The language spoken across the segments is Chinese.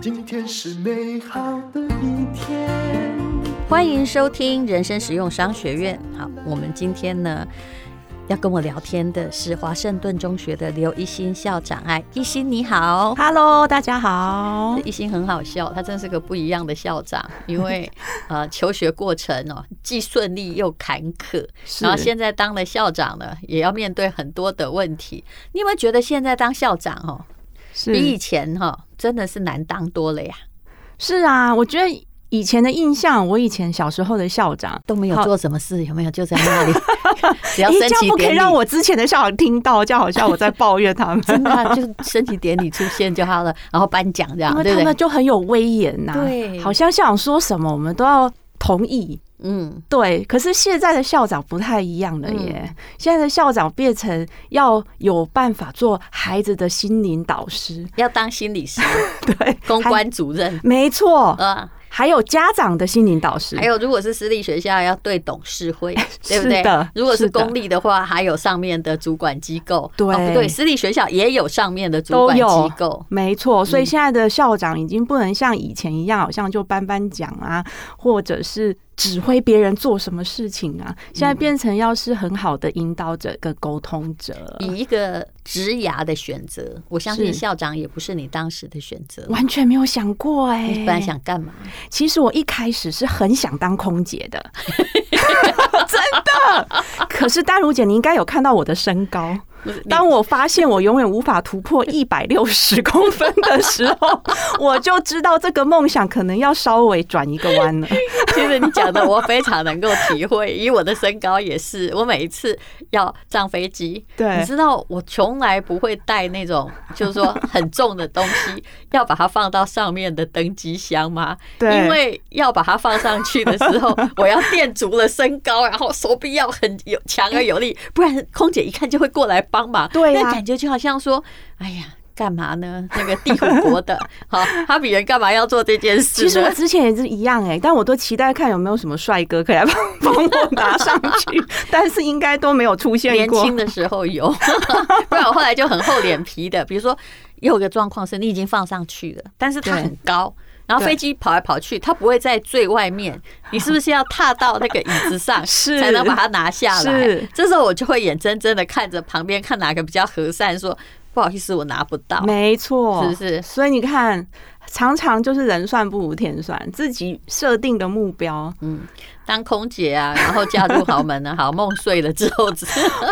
今天是美好的一天。欢迎收听人生实用商学院。好，我们今天呢要跟我聊天的是华盛顿中学的刘一新校长。哎，一新你好。 Hello，大家好。一心很好笑，他真是个不一样的校长，因 为呃，求学过程哦，既顺利又坎坷，是然后现在当了校长呢，也要面对很多的问题。你有没有觉得现在当校长哦，是比以前哈、哦、真的是难当多了呀？是啊，我觉得以前的印象，我以前小时候的校长都没有好做什么事，有没有？就在那里， 只要一升叫旗不可典以礼，让我之前的校长听到，就好像我在抱怨他们，真的啊、就升旗典礼出现就好了，然后颁奖这样因，为对他不们对？就很有威严呐、啊对好像校长说什么，我们都要同意。嗯，对，可是现在的校长不太一样了耶。现在的校长变成要有办法做孩子的心灵导师，要当心理师、对， 公还关主 任没错，啊。还有家长的心灵导师，还有，如果是私立学校，要对董事 会，对不是对的？如果是是的公立的话，还有上面的主管机构。对哦不对，私立学校也有上面的主都管有机构。没错，所以现在的校长已经不能像以前一样，好像就颁颁奖啊，或者是指挥别人做什么事情啊。现在变成要是很好的引导者跟沟通者，以一个职涯的选择，我相信是校长也不是你当时的选择。完全没有想过哎、你本来，想干嘛？其实我一开始是很想当空姐的， 真的。可是丹如姐，你应该有看到我的身高。当我发现我永远无法突破一百六十公分的时候，我就知道这个梦想可能要稍微转一个弯了。 其实你讲的我非常能够体会，以我的身高也是，我每一次要上飞机，对你知道我从来不会带那种就是说很重的东 西，要把它放到上面的登机箱吗？对因为要把它放上去的时候，我要垫足了身高，然后手臂要很有强而有力，不然空姐一看就会过来帮忙。对啊那感觉就好像说，哎呀。干嘛呢？那个地虎国的， 好，哈比人干嘛要做这件事其呢？实我之前也是一样哎、但我都期待看有没有什么帅哥可以来帮帮我拿上 去，但是应该都没有出现年过。轻的时候有， 不然我后来就很厚脸皮的。比如说，有个状况是你已经放上去了，但是它对很高，然后对飞机跑来跑去，它不会在最外 面，你是不是要踏到那个椅子上是才能把它拿下来是？这时候我就会眼睁睁的看着旁边，看哪个比较和善，说不好意思，我拿不到。没错，是不是所以你看，常常就是人算不如天算，自己设定的目标，嗯当空姐 啊，然后嫁入豪门啊，好梦碎了之后，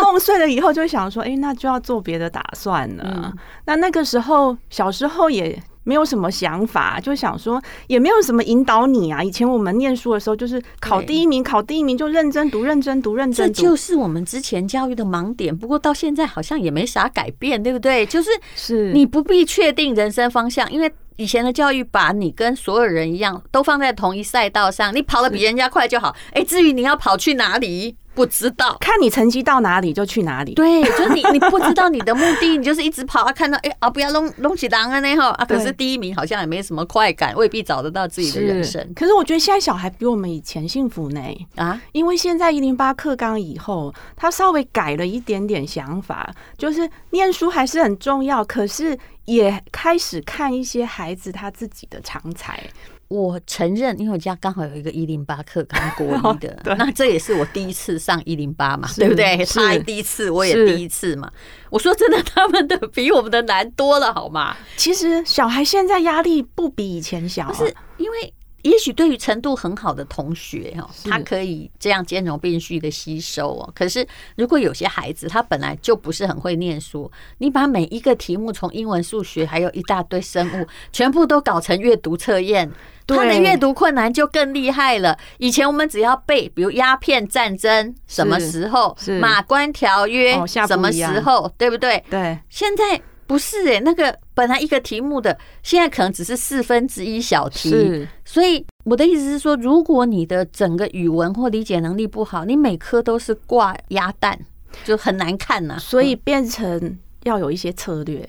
梦碎了以后就会想说，哎、那就要做别的打算了。嗯那那个时候，小时候也。没有什么想法，就想说也没有什么引导你啊。以前我们念书的时候，就是考对第一名，考第一名就认真读，认真读，认这真读。就是我们之前教育的盲点。不过到现在好像也没啥改变，对不对？就是是你不必确定人生方向，因为以前的教育把你跟所有人一样，都放在同一赛道上，你跑得比人家快 就好。哎，至于你要跑去哪里，不知道。看你成绩到哪里就去哪里。对，就是你， 你不知道你的目的，你就是一直跑啊，看到哎、啊，不要 弄弄起狼啊那哈啊，可是对第一名好像也没什么快感，未必找得到自己的人生可是我觉得现在小孩比我们以前幸福呢，啊。因为现在一零八课纲以后，他稍微改了一点点想法，就是念书还是很重要，可是也开始看一些孩子他自己的长才。我承认，因为我家刚好有一个一零八课纲 国一的对，那这也是我第一次上一零八嘛，对不对？是他也第一次，我也是第一次嘛。我说真的，他们的比我们的难多了，好吗？其实小孩现在压力不比以前小、不啊，是因为。也许对于程度很好的同学哦，是他可以这样兼容并蓄的吸收哦。可是如果有些孩子他本来就不是很会念书，你把每一个题目从英文、数学还有一大堆生物 全部都搞成阅读测验，他的对阅读困难就更厉害了。以前我们只要背，比如鸦片战争什么是时候是，马关条约哦下不什么一时样候，对不对？对，现在不是诶、那个本来一个题目的，现在可能只是四分之一小题。是所以我的意思是说，如果你的整个语文或理解能力不好，你每科都是挂鸭蛋，就很难看呐、所以变成要有一些策略，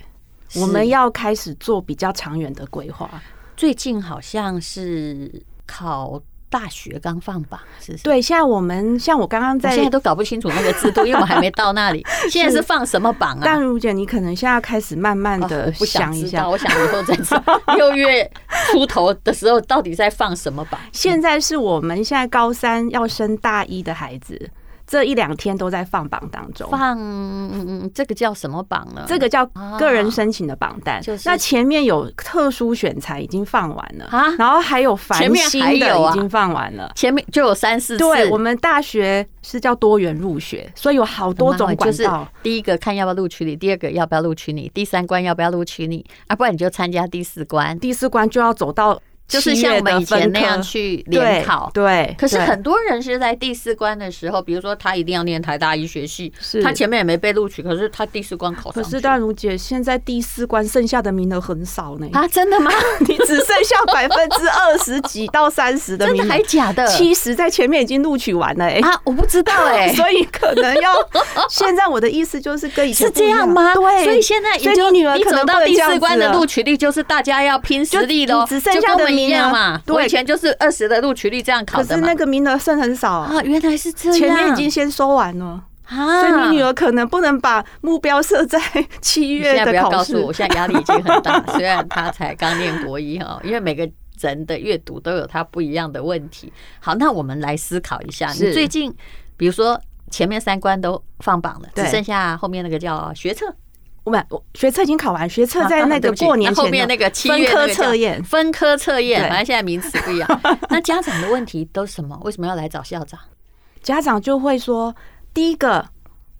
是我们要开始做比较长远的规划。最近好像是考大学刚放榜，是不是？对，现在我们像我刚刚我在现在都搞不清楚那个制度，因为我还没到 那里。现在是放什么榜啊但？如姐，你可能现在开始慢慢哦我的不想一知下，道，我想以后再知道六月出头的时候到底在放什么榜。现在是我们现在高三要升大一的孩子，这一两天都在放榜当中。放嗯嗯这个叫什么榜呢？这个叫啊个人申请的榜单，就是那前面有特殊选材已经放完了，啊然后还有繁前面星还的有啊已经放完了。前面就有三四次，对我们大学是叫多元入学，所以有好多种就管是道。第一个看要不要录取你，第二个要不要录取你，第三关要不要录取你啊？不然你就参加第四关，第四关就要走到就是七像月我们的以前分那样科去对联考。对，可是对很多人是在第四关的时候，比如说他一定要念台大医学系是，他前面也没被录取，可是他第四关考可上是去。段如姐现在第四关剩下的名额很少呢，啊，真的吗？你只剩下 百分之二十几到三十的真名的额还，假的？七十在前面已经录取完了哎、啊，我不知道哎、 所以可能要现在我的意思就是跟以前是不一这样吗？对，所以现在所也以就你女儿你可走能不到能第这样四子关的了录取率，就是大家要拼实力喽，就你只剩就下跟的我们一名额样嘛。对我以前就是二十的录取率这样考可的是嘛那。个名额剩很少、啊，啊，原来是这样，前面已经先收完了，啊，所以你女儿可能不能把目标设在七你现月在不的要考告诉试我，我。现在压力已经很 大。虽然他才刚念国一哈，因为每个人的阅读都有他不一样的问题。好，那我们来思考一下，是你最近比如说前面三关都放榜了，只对剩下后面那个叫学测，我们我学测已经考完，学测在那啊对个不起过年前后的面那个七分月科那个叫测验，分科测验，对反正现在名词不一 样。那家长的问题都是什么？为什么要来找校长？家长就会说，第一个，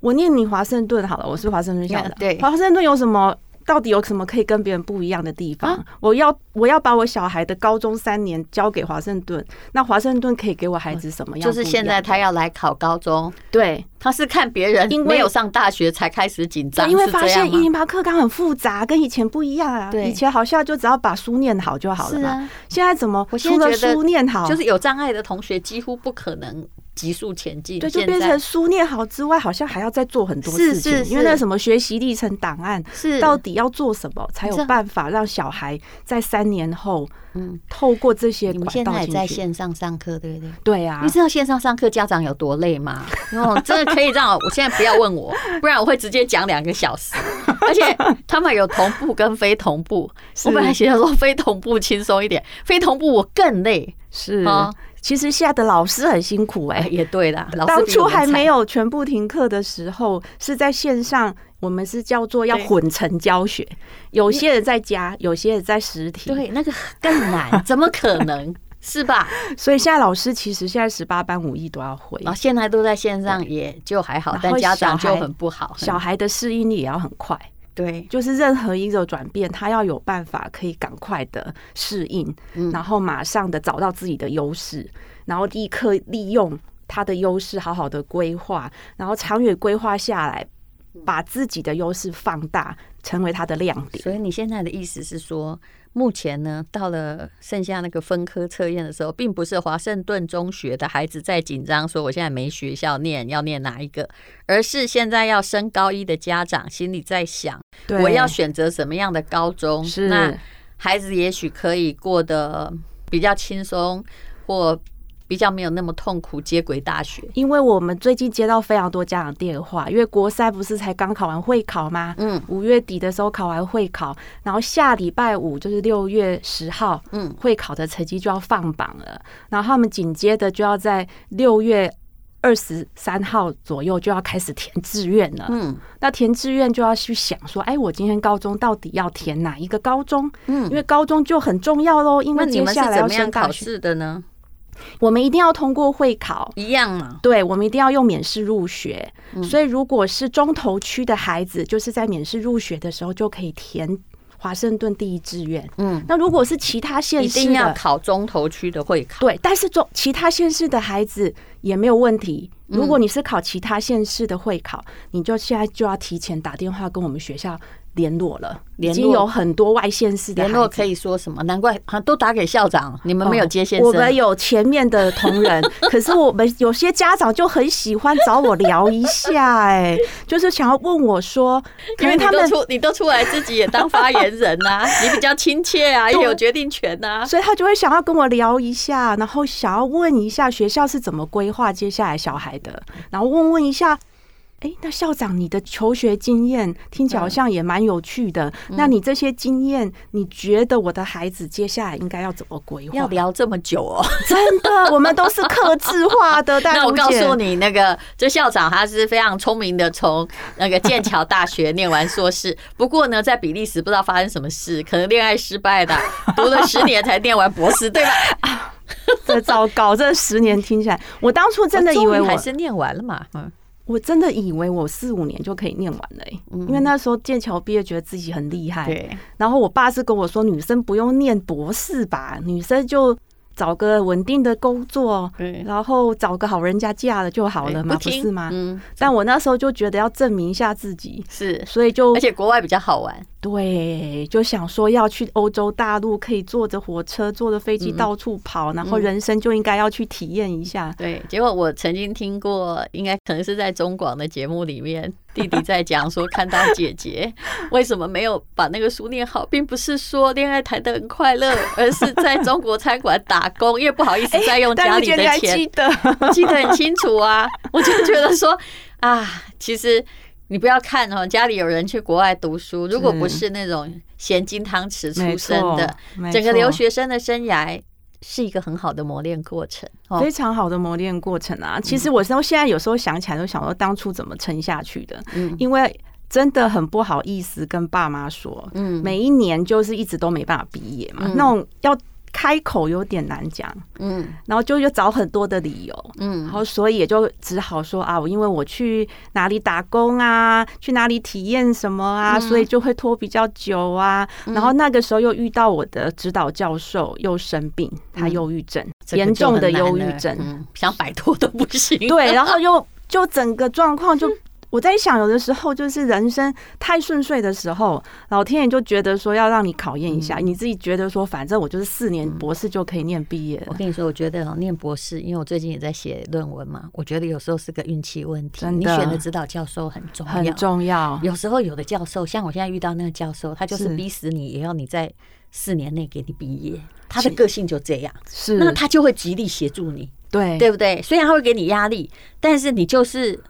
我念你华盛顿好了，我是华盛顿校的 Yeah，，对 华盛顿有什么？到底有什么可以跟别人不一样的地方？啊我要我要把我小孩的高中三年交给华盛顿，那华盛顿可以给我孩子什么样嗯就不一样的？是现在他要来考高中，对，他是看别人因为没有上大学才开始紧张，因为是发这样现一吗零八课纲很复杂，跟以前不一样啊。对以前好像就只要把书念好就好了是嘛。啊，现在怎么我现除在了觉得书念好，就是有障碍的同学几乎不可能急速前进，对，就现变在成书念好之外，好像还要再做很多是事是情，因为那是什么学习历程档案，是到底要做什么才这有样办法让小孩在三年后，嗯透过这些你们管现道在也在进去？线上上课，对不对？对啊你，知道线上上课家长有多累 吗？哦，真的可以让我，我现在不要问我，不然我会直接讲两个小 时。而且他们有同步跟非同步，是我本来想说非同步轻松一点，非同步我更累。是啊其实现在的老师很辛苦哎、哎，也对啦，老师当比初我们还惨没有全部停课的时候，是在线上，我们是叫做要对混成教学，有些人在家，有些人在实体。，对那个更难，怎么可能是 吧？所以现在老师其实现在十八班五艺都要会，然后现在都在线上，也就还好然，但后家长小就孩很不好。小孩的适应力也要很快，对，就是任何一种转变，他要有办法可以赶快的适应，嗯然后马上的找到自己的优势，然后立刻利用他的优势好好的规划，然后长远规划下来，把自己的优势放大，成为他的亮点。所以你现在的意思是说，目前呢，到了剩下那个分科测验的时候，并不是华盛顿中学的孩子在紧张说我现在没学校念，要念哪一个，而是现在要升高一的家长心里在想，对我要选择什么样的高中？是那孩子也许可以过得比较轻松，或比较没有那么痛苦，接轨大学。因为我们最近接到非常多家长电话，因为国三不是才刚考完会考吗？嗯，五月底的时候考完会考，然后下礼拜五就是六月十号，嗯，会考的成绩就要放榜了，然后他们紧接着就要在六月。二十三号左右就要开始填志愿了，嗯那填志愿就要去想说，哎，我今天高中到底要填哪一个高中？因嗯，为高中就很重要喽，因那为你接们是下怎来要么样升大考学，试的呢？我们一定要通过会考，一样嘛，对，我们一定要用免试入学。嗯所以，如果是中投区的孩子，就是在免试入学的时候就可以填华盛顿第一志愿。嗯，那如果是其他县一市定要的，考中投区的会考。对，但是中其他县市的孩子也没有问题，嗯如果你是考其他县市的会考，你就现在就要提前打电话跟我们学校联络了。联已络经有很多外县市的联络孩子可以说什么？难怪啊，都打给校长，你们没有接线哦我生。们有前面的 同仁，可是我们有些家长就很喜欢找我聊一下、哎，就是想要问我说，因为因为你他都们，出，你都出来自己也当发言人 呐、你比较亲切啊，也有决定权啊呐、所以他就会想要跟我聊一下，然后想要问一下学校是怎么规划接下来小孩的，然后问问一下。哎，那校长，你的求学经验听起来好像也蛮有趣的。嗯那你这些经验，你觉得我的孩子接下来应该要怎么规要划？聊这么久哦，真的，我们都是克制 化的。大那我如告姐诉你，那个这校长他是非常聪明的，从那个剑桥大学念完硕士，不过呢，在比利时不知道发生什么事，可能恋爱失败的，读了十年才念完博士，对吧？ 这糟糕，这十年听起来，我当初 真的以哦终为于我，还是念完了嘛，嗯，我真的以为我四五年就可以念完了、欸，因为那时候剑桥毕业，觉得自己很厉害。嗯对，然后我爸是跟我说，女生不用念博士吧，女生就找个稳定的工作对，然后找个好人家嫁了就好了嘛，不听是吗？嗯，但我那时候就觉得要证明一下自己，是，所以就而且国外比较好玩，对，就想说要去欧洲大陆，可以坐着火车、坐着飞机嗯到处跑，然后人生就应该要去体验一下。对，结果我曾经听过，应该可能是在中广的节目里面，弟弟在讲说看到姐姐为什么没有把那个书念好，并不是说恋爱谈得很快乐，而是在中国餐馆打工，因为不好意思再用哎但家我里觉的得你还钱，记得，记得很清楚啊。我就觉得说啊，其实你不要看哦，家里有人去国外读书，如果不是是那种咸金汤匙嗯没出身的，错，没整个错留学生的生涯是一个很好的磨练过程哦。嗯非常好的磨练过程啊。其实我到现在有时候想起来，都想说当初怎么撑下去的，嗯因为真的很不好意思跟爸妈说，嗯每一年就是一直都没办法毕业嘛，嗯那种要开口有点难讲，嗯然后就又找很多的理由。嗯然，后，所以也就只好说啊，我因为我去哪里打工啊，去哪里体验什么嗯啊，所以就会拖比较久啊。然后那个时候又遇到我的指导教授又生病，他忧郁症，嗯这个严重的就很忧难了郁症，嗯想摆脱都不 行。对，然后又就整个状况就。我在想，有的时候就是人生太顺遂的时候，老天爷就觉得说要让你考验一下，嗯你自己觉得说反正我就是四年博士就可以念毕业了我，跟你说，我觉得哦，念博士，因为我最近也在写论文嘛，我觉得有时候是个运气问题。真你的选的指导教授很重很要。重要。有时候有的教授，像我现在遇到那个教授，他就是是逼死你，也要你在四年内给你毕业。他的个性就这样，是，那他就会极力协助你，对对不对？虽然他会给你压力，但是你就是，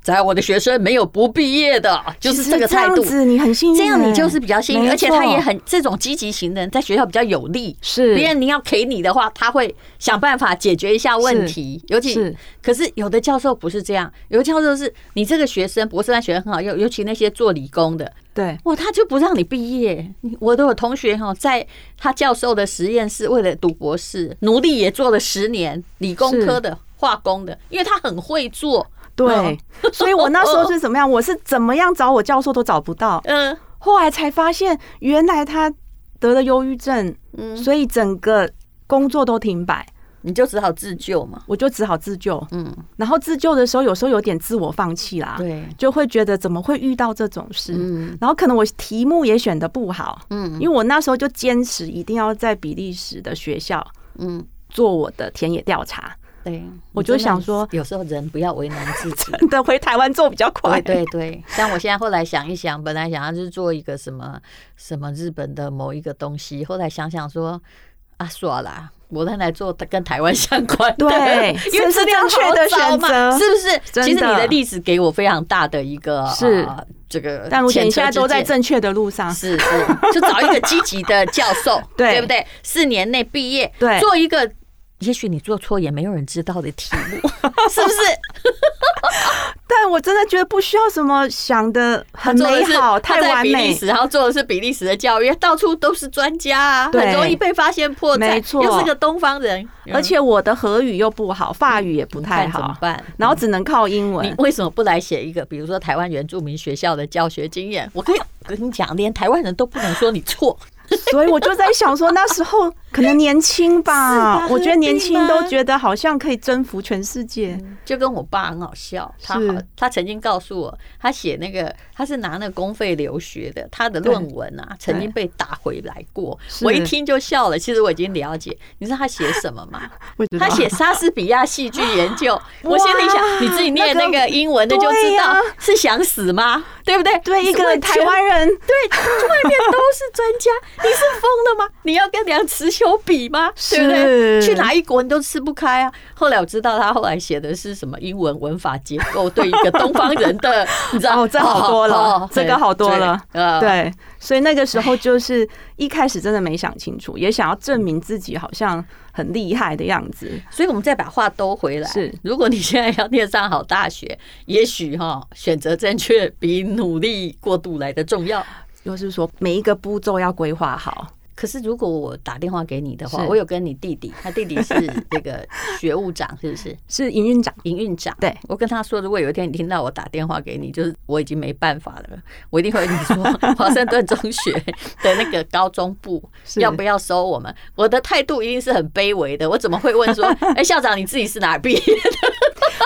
在我的学生没有不毕业的，就是其实这个态度样。子你很幸运欸，这样你就是比较幸运，没而且他错也很这种积极型的人，在学校比较有利。是别人你要给你的话，他会想办法解决一下问题。尤其是可是有的教授不是这样，有的教授是你这个学生博士班学生很好，尤尤其那些做理工的，对哇，他就不让你毕业。你我都有同学哈，在他教授的实验室为了读博士，奴隶也做了十年，理工科的、化工的，因为他很会做。嗯对， 所以我那时候是怎么样？我是怎么样找我教授都找 不到，嗯后来才发现原来他得了忧郁症，嗯，所以整个工作都停摆，你就只好自救嘛。我就只好自救。嗯，然后自救的时候，有时候有点自我放弃啦，对，就会觉得怎么会遇到这种事？嗯然后可能我题目也选的不好，嗯因为我那时候就坚持一定要在比利时的学校嗯。做我的田野调查。 对，我你就真的想说有时候人不要为难自己。的回台湾做比较快， 对对对，像我现在后来想一想，本来想要去做一个什么什么日本的某一个东西，后来想想说啊，算啦，我再来做跟台湾相关的，对因为这资是料正确好的找选嘛择是不是？真其实你的的例子给我非常大的一个是呃这个，但我觉得你现在都在。正确的路上，是 是，就找一个积极的教授，啊对对不对？四年内毕业，对做一个也许你做错也没有人知道的题 目，是不是？但我真的觉得不需要什么想的很做的美是好，他太在完比利美。时，然后做的是比利时的教育，到处都是专家啊，对很容易被发现破绽。没错又是个东方人，嗯而且我的荷语又不好，法语也不你太看怎么好，办？然后只能靠嗯英你 文。为什么不来写一个，比如说台湾原住民学校的教学经验？我可以跟你讲，连台湾人都不能说你错， 所以我就在想说，那时候可能年轻是吧吧，我觉得年轻何必吗嗯都觉得好像可以征服全世界。就跟我爸很好笑，他是好，他曾经告诉我，他写那个他是拿那个公费留学的，他的论文啊，曾经被打回来过。是我一听就笑了，其实我已经了解。你知道他写什么吗？我知道他写莎士比亚戏剧研 究。我心里想，你自己念那那个英文的就知对道呀是想死吗？对不对？对一个完全台湾人，对，哎外面都是专家，你是疯了吗？ 你要跟梁实秋比吗？对不对？是去哪一国你都吃不开啊！后来我知道他后来写的是什么英文文法结构，对一个东方人 的，你知道？哦，这好多了哦，这个好多了。，对呃，对，所以那个时候就是一开始真的没想清楚，也想要证明自己好像很厉害的样子。所以我们再把话兜回来。是如果你现在要念上好大学，也许哈、选择正确比努力过度来的重要。就是说每一个步骤要规划好， 可是如果我打电话给你的话，是我有跟你弟弟，他弟弟是这个学务长，是不是？是营运长。营运长，对我跟他说，如果有一天你听到我打电话给你，就是我已经没办法了，我一定会跟你 说，华盛顿中学 的那个高中部是要不要收我们？我的态度一定是很卑微的，我怎么会问 说，哎、校长你自己是哪毕业？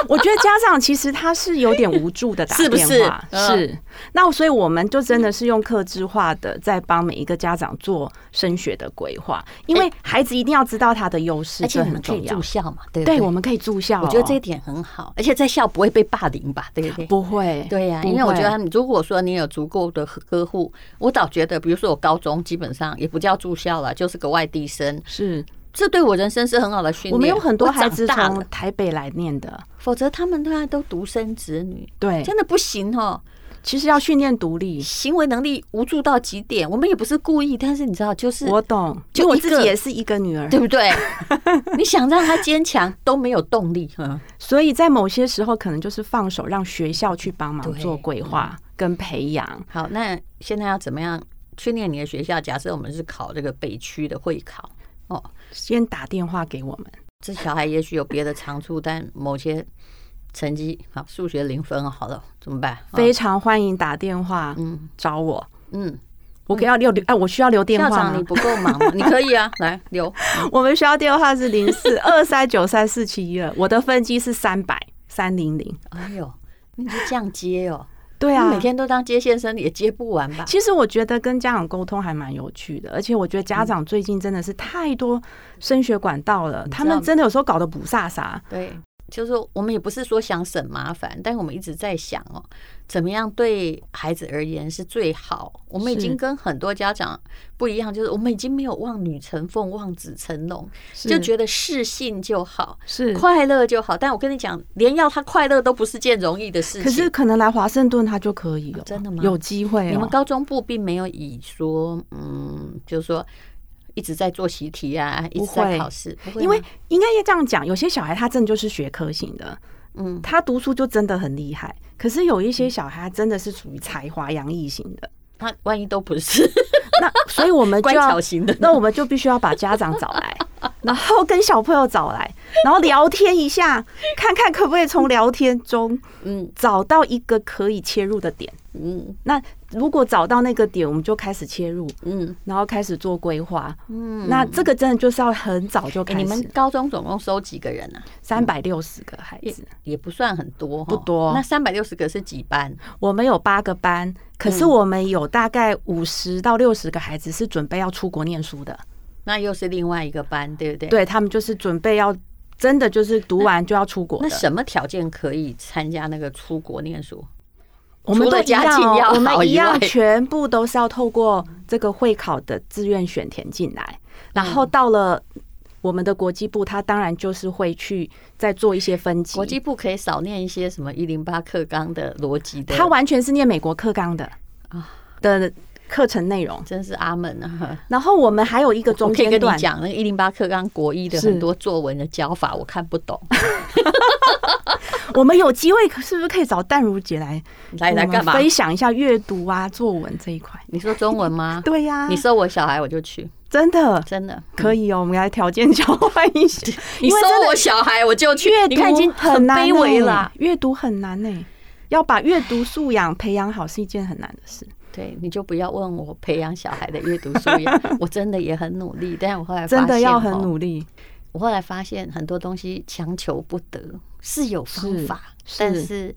我觉得家长其实他是有点无助的 打是不电是话，嗯那所以我们就真的是用克制化的在帮每一个家长做升学的规划，因为孩子一定要知道他的优势，而且这你很们可重以要住。校嘛，对不对？对，我们可以住校哦、我觉得这一点很好，而且在校不会被霸凌吧，对不对？ 不会，对呀、不因为我觉得会他们如果说你有足够的呵护，我倒觉得，比如说我高中基本上也不叫住校了，就是个外地生，是这对我人生是很好的训练。我们有很多我长孩子大了从台北来念的，否则他们现在都独生子女，哎对，真的不行哦，其实要训练独立。行为能力无助到极点。我们也不是故意，但是你知道，就是我懂，就就我一自个己也是一个女儿对，不 对？你想让他坚强都没有动力，嗯，所以在某些时候可能就是放手，让学校去帮忙对做规划跟培养。好，那现在要怎么样去念你的学校？假设我们是考这个北区的会考，哦，先打电话给我们，这小孩也许有别的长处，但某些成绩好，数学零分好了，怎么办？哦非常欢迎打电话嗯找我。嗯，我给要留留哎，我需要留电校话长你吗。不够忙吗？你可以啊，来留。我们学校电话是零四二三九三四七一二，我的分机是三百三零零。哎呦，你就这样接哦。对你啊，每天都当接线生也接不完 吧？其实我觉得跟家长沟通还蛮有趣的，而且我觉得家长最近真的是太多升学管道了，知道他们真的有时候搞得不飒飒。对，就是说我们也不是说想省麻烦，但我们一直在想哦，怎么样对孩子而言是最好。我们已是经跟很多家长不一样，就是我们已经没有望女成凤、望子成龙，是就觉得适性就好。是快乐就好，但我跟你讲，连要他快乐都不是件容易的事情。可是可能来华盛顿他就可以哦，真的吗有机会、哦。你们高中部并没有以说，嗯，就是说一直在做习题啊，一直在会啊考试，不会因为吗应该也这样讲，有些小孩他真的就是学科型的，嗯，他读书就真的很厉害。可是有一些小孩他真的是属于才华洋溢型的，他万一都不是 那所以我们就乖巧要，型的，那我们就必须要把家长找 来，然后跟小朋友找来，然后聊天一下，看看可不可以从聊天中嗯找到一个可以切入的点。嗯那如果找到那个点，我们就开始切入，嗯然后开始做规划。嗯。那这个真的就是要很早就哎开始。你们高中总共收几个人啊？三百六十个孩也子，也不算很多哈，不多那三百六十个是几班？我们有八个班，可是我们有大概五十到六十个孩子是准备要出国念书的，那又是另外一个班，对不对？。对他们就是准备要真的就是读完就要出国那的。什么条件可以参加那个出国念书？我们除都了一样家境哦要，我好们一以外样，全部都是要透过这个会考的志愿选填进来，然后嗯到了。我们的国际部，他当然就是会去再做一些分级。国际部可以少念一些什么一零八课纲的逻辑的，他完全是念美国课纲的啊的课程内容。真是阿门啊！然后我们还有一个我中可以间跟段你，讲，那个一零八课纲国一的是很多作文的教法，我看不 懂。我们有机会可是不是可以找淡如姐来来来我们干嘛？分享一下阅读啊、作文这一块。你说中文吗？ 对啊呀、你收我小孩我就去，真的真的。可以哦，我们来条件交换一下。你因收为真的我小孩我就去，阅你看已经读很难、欸卑微了。，阅读很难呢、要把阅读素养培养好是一件很难的事。对，你就不要问我培养小孩的阅读素养， 我真的也很努力，但我后来发现真的要很哦努力。我后来发现很多东西强求不得，是有方法， 是但是是，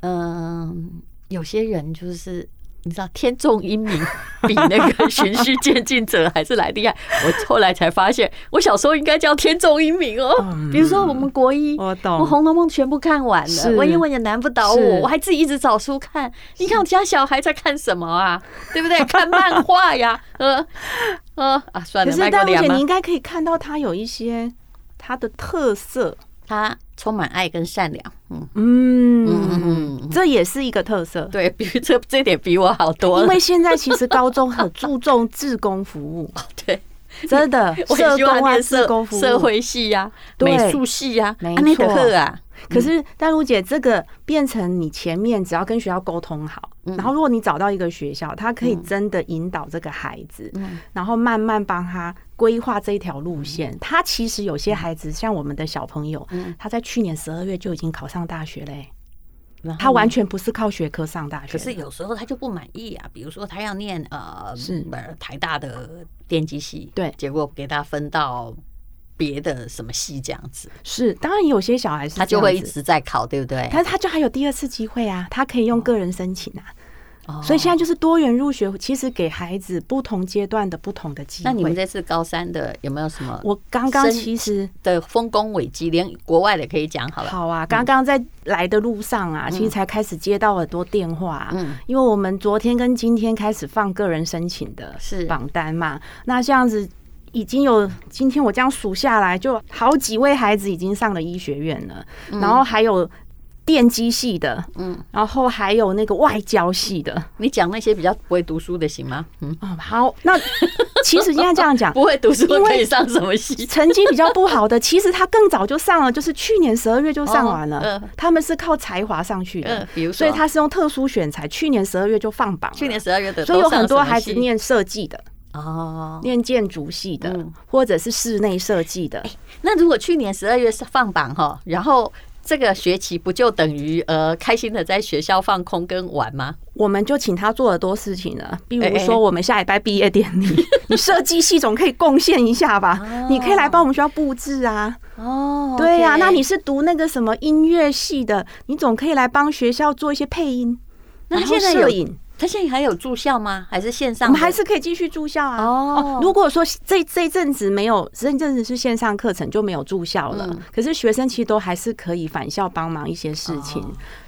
嗯，有些人就是你知道，天纵英明，比那个循序渐进者还是来厉害。我后来才发现，我小时候应该叫天纵英明哦。嗯比如说我们国一，我懂我《红楼梦》全部看完了，是文言文也难不倒是我，我还自己一直找书看。你看我家小孩在看什么啊？对不对？看漫画呀， 呃呃啊，算可了，是卖过大陆两姐，吗你应该可以看到它有一些它的特色。他充满爱跟善良，嗯嗯，嗯，这也是一个特色。对比这这点比我好多了，因为现在其实高中很注重志工服务， 对真的，我很社希望工啊，念志社工服务。社会系呀、对美术系呀、没安内德错赫啊，可是丹如姐，这个变成你前面只要跟学校沟通好，嗯然后如果你找到一个学校，他可以真的引导这个孩子，嗯然后慢慢帮他规划这一条路线。他其实有些孩嗯子，像我们的小朋友，他在去年十二月就已经考上大学嘞、然后他完全不是靠学科上大嗯可学的，是有时候他就不满意啊，比如说他要念呃是呃台大的电机系，对结果给他分到别的什么系这样子，是当然有些小孩是他就这会一样子，直在考，对不对？但是他就还有第二次机会啊，他可以用个人申请啊。哦所以现在就是多元入学，其实给孩子不同阶段的不同的机会。那你们这次高三的有没有什么？我刚刚申其实的丰功伟绩，连国外的可以讲好了。好啊，刚刚在来的路上啊，其实才开始接到很多电话、嗯嗯，因为我们昨天跟今天开始放个人申请的是榜单嘛，那这样子。已经有今天我这样数下来，就好几位孩子已经上了医学院了，然后还有电机系的，嗯，然后还有那个外交系的，你讲那些比较不会读书的行吗？嗯，哦，好，那其实应该这样讲， 不会读书因为可以上什么系？成绩比较不好的， 其实他更早就上了，就是去年十二月就上完了。哦嗯他们是靠才华上去的，嗯比如说所以他是用特殊选材，去年十二月就放榜了。去年十二月的都所以有很多上什么孩子系念设计的、哦。念建筑系的，嗯哎或者是室内设计的。那如果去年十二月是放榜哈，然后这个学期不就等于呃开心的在学校放空跟玩吗？我们就请他做了多事情了，比哎如哎说我们下礼拜毕业典 礼，你设计系总可以贡献一下吧？你可以来帮我们学校布置啊。哦对呀、那你是读那个什么音乐系的，你总可以来帮学校做一些配音。那然他后现在摄有影，他现在还有住校吗？还是线上的？我们还是可以继续住校啊。哦如果说这这一阵子没有，这一阵子是线上课程就没有住校了。嗯可是学生其实都还是可以返校帮忙一些事情。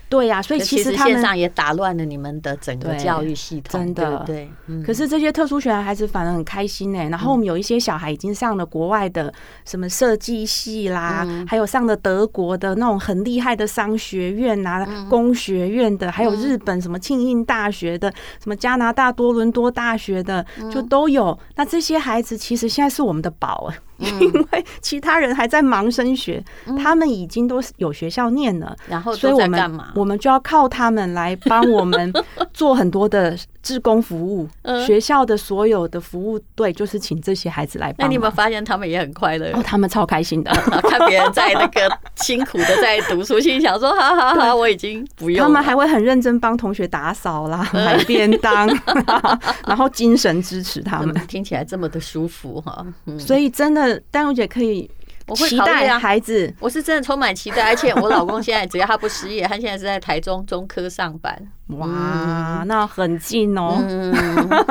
对呀、所以哦可其其实实他线们。上也打乱了你们的整个对教育系统，真的对不对，嗯可是这些特殊学的孩子反而很开心呢、欸然后我们有一些小孩已经上了国外的什么设计系啦，还有上了德国的那种很厉害的商学院啊、工学院的，还有日本什么庆应大学的、什么加拿大多伦多大学的，就都有。那这些孩子其实现在是我们的宝、啊， 因为其他人还在忙升学，他们已经都是有学校念了，然后所以都我在干们嘛？我们就要靠他们来帮 我们做很多的志工服务，嗯学校的所有的服务队就是请这些孩子来帮那忙。你有没有发现他们也很快乐？哦，他们超开心的，然后 看别人在那个辛苦的在读书，心里想说：好好好，我已经不用了。他们还会很认真帮同学打扫啦、嗯 买便当，然后精神支持他怎们么。听起来这么的舒服哈？嗯，所以真的，丹如姐可以我会期考虑待啊。孩子我是真的充满期待，而且 我老公现在只要他不失业，他现在是在台中中科上班。哇，那很近哦。嗯，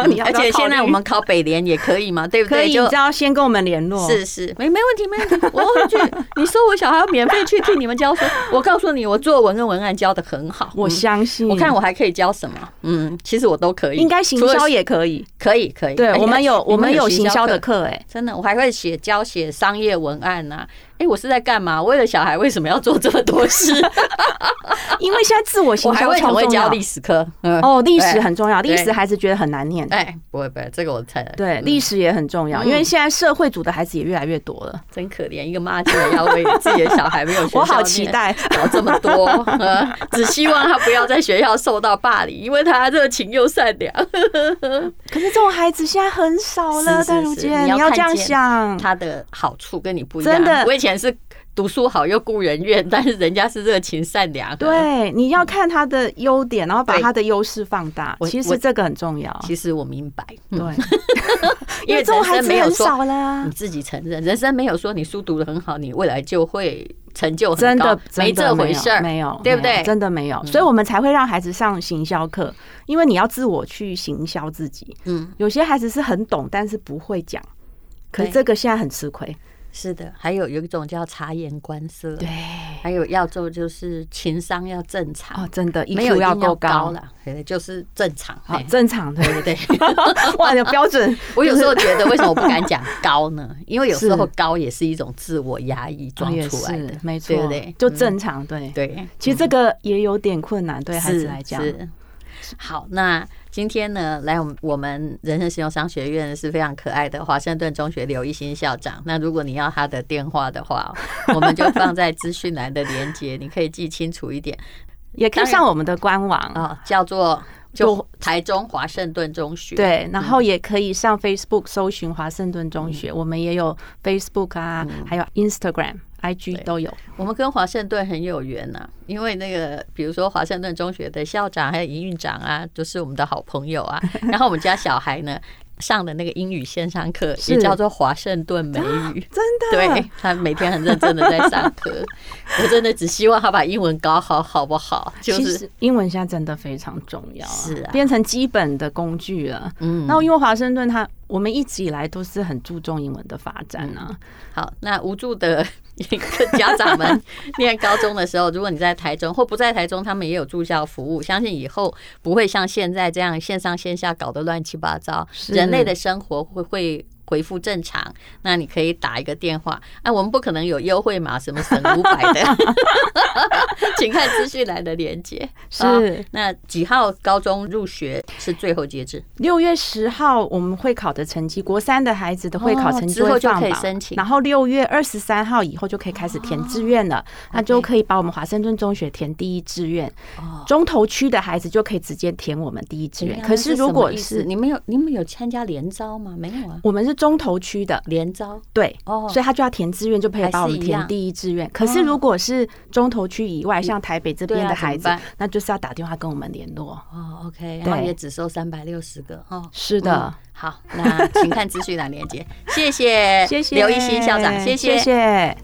你要而不要且考现在虑我们考北联也可以嘛，对不可对？以，哦就你知道先跟我们联络。是是，没没问题，没问题。 我会去，你说我小孩要免费去替你们教书，我告诉你，我作文跟文案教的很好。嗯我相信。我看我还可以教什么？嗯，其实我都可以，应该行除了销也可以。可以，可以。对而且我们有你我们有行行销课的课哎、真的，我还会写教写商业文案呐、啊。哎、我是在干嘛？为了小孩，为什么要做这么多 事？因为现在自我我行还销会超很会重要教。历史课。嗯，哦，历史很重要，对历史孩子觉得很难念。哎、不会不会，这个我猜的。对，嗯历史也很重要，嗯因为现在社会组的孩子也越来越多了。真可怜，一个妈竟然要为自己的小孩没有学校我好念期 待，搞这么多，呃只希望他不要在学校受到霸凌，因为他热情又善良。可是这种孩子现在很少是了，是戴如是姐，你你要要看这样见想。他的好处跟你不一样。嗯真的我以前是读书好又顾人怨，但是人家是热情善良。，对，你要看他的优点，然后把嗯对他的优势放大。我其我实这个很重要。其实我明白，对嗯，， 因为为这种人孩生子没有很说少 啊啦你。自己承认，人生没有说你书读的很好，你未来就会成就很真高的没真的这回有事儿，没有，对不没有对嗯真的没有，所以我们才会让孩子上行销课，因为你要自我去行销自己。嗯，有些孩子是很懂，但是不会讲，可是对这个现在很吃亏。是的。还有有一种叫察言观色，对，还有要做就是情商要正常，哦，真的没有，EQ 一定要高够高。啦，对就是正常。好嘿，正常 的，对对对， 哇，你的标准我有时候觉得为什么我不敢讲高呢？因为有时候是哦高也是一种自我压抑 装也出来的是，没错，对不对？就嗯正常，对。对，其实这个也有点困难，对孩是子来讲，是好，那今天呢，来我们我们人生实用商学院是非常可爱的华盛顿中学刘一新校长。那如果你要他的电话的 话，我们就放在资讯栏的连接，你可以记清楚一点也可以当然上我们的官网，啊、叫做就就台中华盛顿中学。，嗯对，然后也可以上 Facebook 搜寻华盛顿中学，我们也有 Facebook 啊，嗯还有 Instagram、IG 都有。我们跟华盛顿很有缘呐、因为那个比如说华盛顿中学的校长还有营运长啊，都、是我们的好朋友 啊。然后我们家小孩呢。上的那个英语线上课也是啊叫做华盛顿美语，真的对他每天很认真的在上 课，我真的只希望他把英文搞好，好不好？就其是实英文现在真的非常重要、啊，是啊变成基本的工具了。嗯，那因为华盛顿它，我们一直以来都是很注重英文的发展啊，嗯好。那无助的家长 们，念高中的时候，如果你在台中或不在台中，他们也有助教服务，相信以后不会像现在这样线上线下搞得乱七八糟，是人类的生活会会。恢复正常，那你可以打一个电话。哎、我们不可能有优惠码，什 么省五百的，请看资讯栏的连接。好是那几号高中入学是最后截止？六月十号我们会考的成绩，国三的孩子的会考成绩哦之后会就放可以榜，申请然后六月二十三号以后就可以开始填志愿了，那就可以把我们华盛顿中学填第一志愿，哦中投区的孩子就可以直接填我们第一志愿。可是如果是你们有你们有参加联招吗？没有啊，我们是中投区的，联招对，哦所以他就要填志愿，就可以把我们还是一样嗯填第一志愿。可是如果是中投区以外，像台北这边对啊的孩子怎么办，那就是要打电话跟我们联络。哦，OK，然后对也只收三百六十个哦。是嗯的，好，那请看资讯栏连接，谢谢，谢谢嗯刘一新校长，谢谢谢。